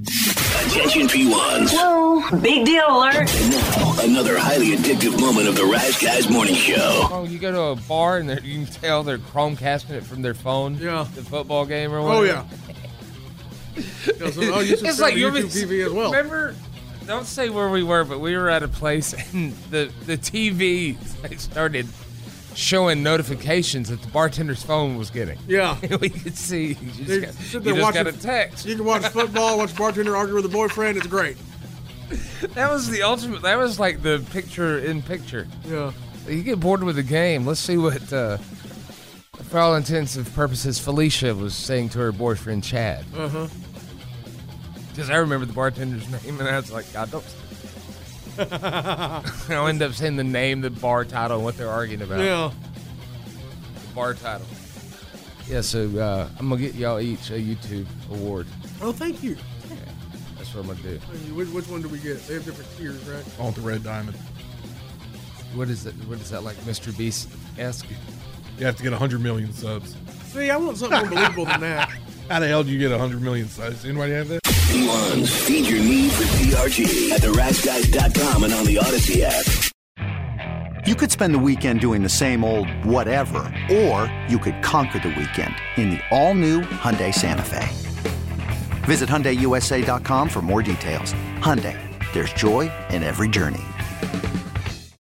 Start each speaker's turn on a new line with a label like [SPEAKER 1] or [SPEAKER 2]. [SPEAKER 1] Attention P1s.
[SPEAKER 2] Whoa, big deal alert.
[SPEAKER 1] Now, another highly addictive moment of the Rash Guys Morning Show.
[SPEAKER 3] Oh, you go to a bar and they're- you can tell they're Chromecasting it from their phone.
[SPEAKER 4] Yeah.
[SPEAKER 3] The football game or whatever.
[SPEAKER 4] Oh yeah. Yeah, so- oh, you should
[SPEAKER 3] it's
[SPEAKER 4] start
[SPEAKER 3] like
[SPEAKER 4] a
[SPEAKER 3] you
[SPEAKER 4] YouTube TV as well.
[SPEAKER 3] Remember, don't say where we were, but we were at a place and the the TV started showing notifications that the bartender's phone was getting.
[SPEAKER 4] Yeah.
[SPEAKER 3] we could see. You just,
[SPEAKER 4] They
[SPEAKER 3] got,
[SPEAKER 4] sit
[SPEAKER 3] you
[SPEAKER 4] there
[SPEAKER 3] just
[SPEAKER 4] watching-
[SPEAKER 3] got a text.
[SPEAKER 4] You can watch football, watch bartender argue with a boyfriend. It's great.
[SPEAKER 3] That was the ultimate. That was like the picture in picture.
[SPEAKER 4] Yeah.
[SPEAKER 3] You get bored with the game. Let's see what, uh, for all intents and purposes, Felicia was saying to her boyfriend Chad. Uh huh. Because I remember the bartender's name, and I was like, God, don't. I'll end up saying the name, the bar title, and what they're arguing about.
[SPEAKER 4] Yeah.
[SPEAKER 3] The bar title. Yeah, so uh, I'm going to get y'all each a YouTube award.
[SPEAKER 4] Oh, thank you.
[SPEAKER 3] That's what I'm going to do.
[SPEAKER 4] Thank you. Which, which one do we get? They have different tiers, right?
[SPEAKER 5] I want the red diamond.
[SPEAKER 3] What is that? What is that like, Mr. Beast esque?
[SPEAKER 5] You have to get 100 million subs.
[SPEAKER 4] See, I want something more believable than that.
[SPEAKER 5] How the hell do you get 100 million subs? Anybody have that?
[SPEAKER 1] P1s, feed your need for PRG at therashguys.com and on the Odyssey app.
[SPEAKER 6] You could spend the weekend doing the same old whatever, or you could conquer the weekend in the all-new Hyundai Santa Fe. Visit HyundaiUSA.com for more details. Hyundai, there's joy in every journey.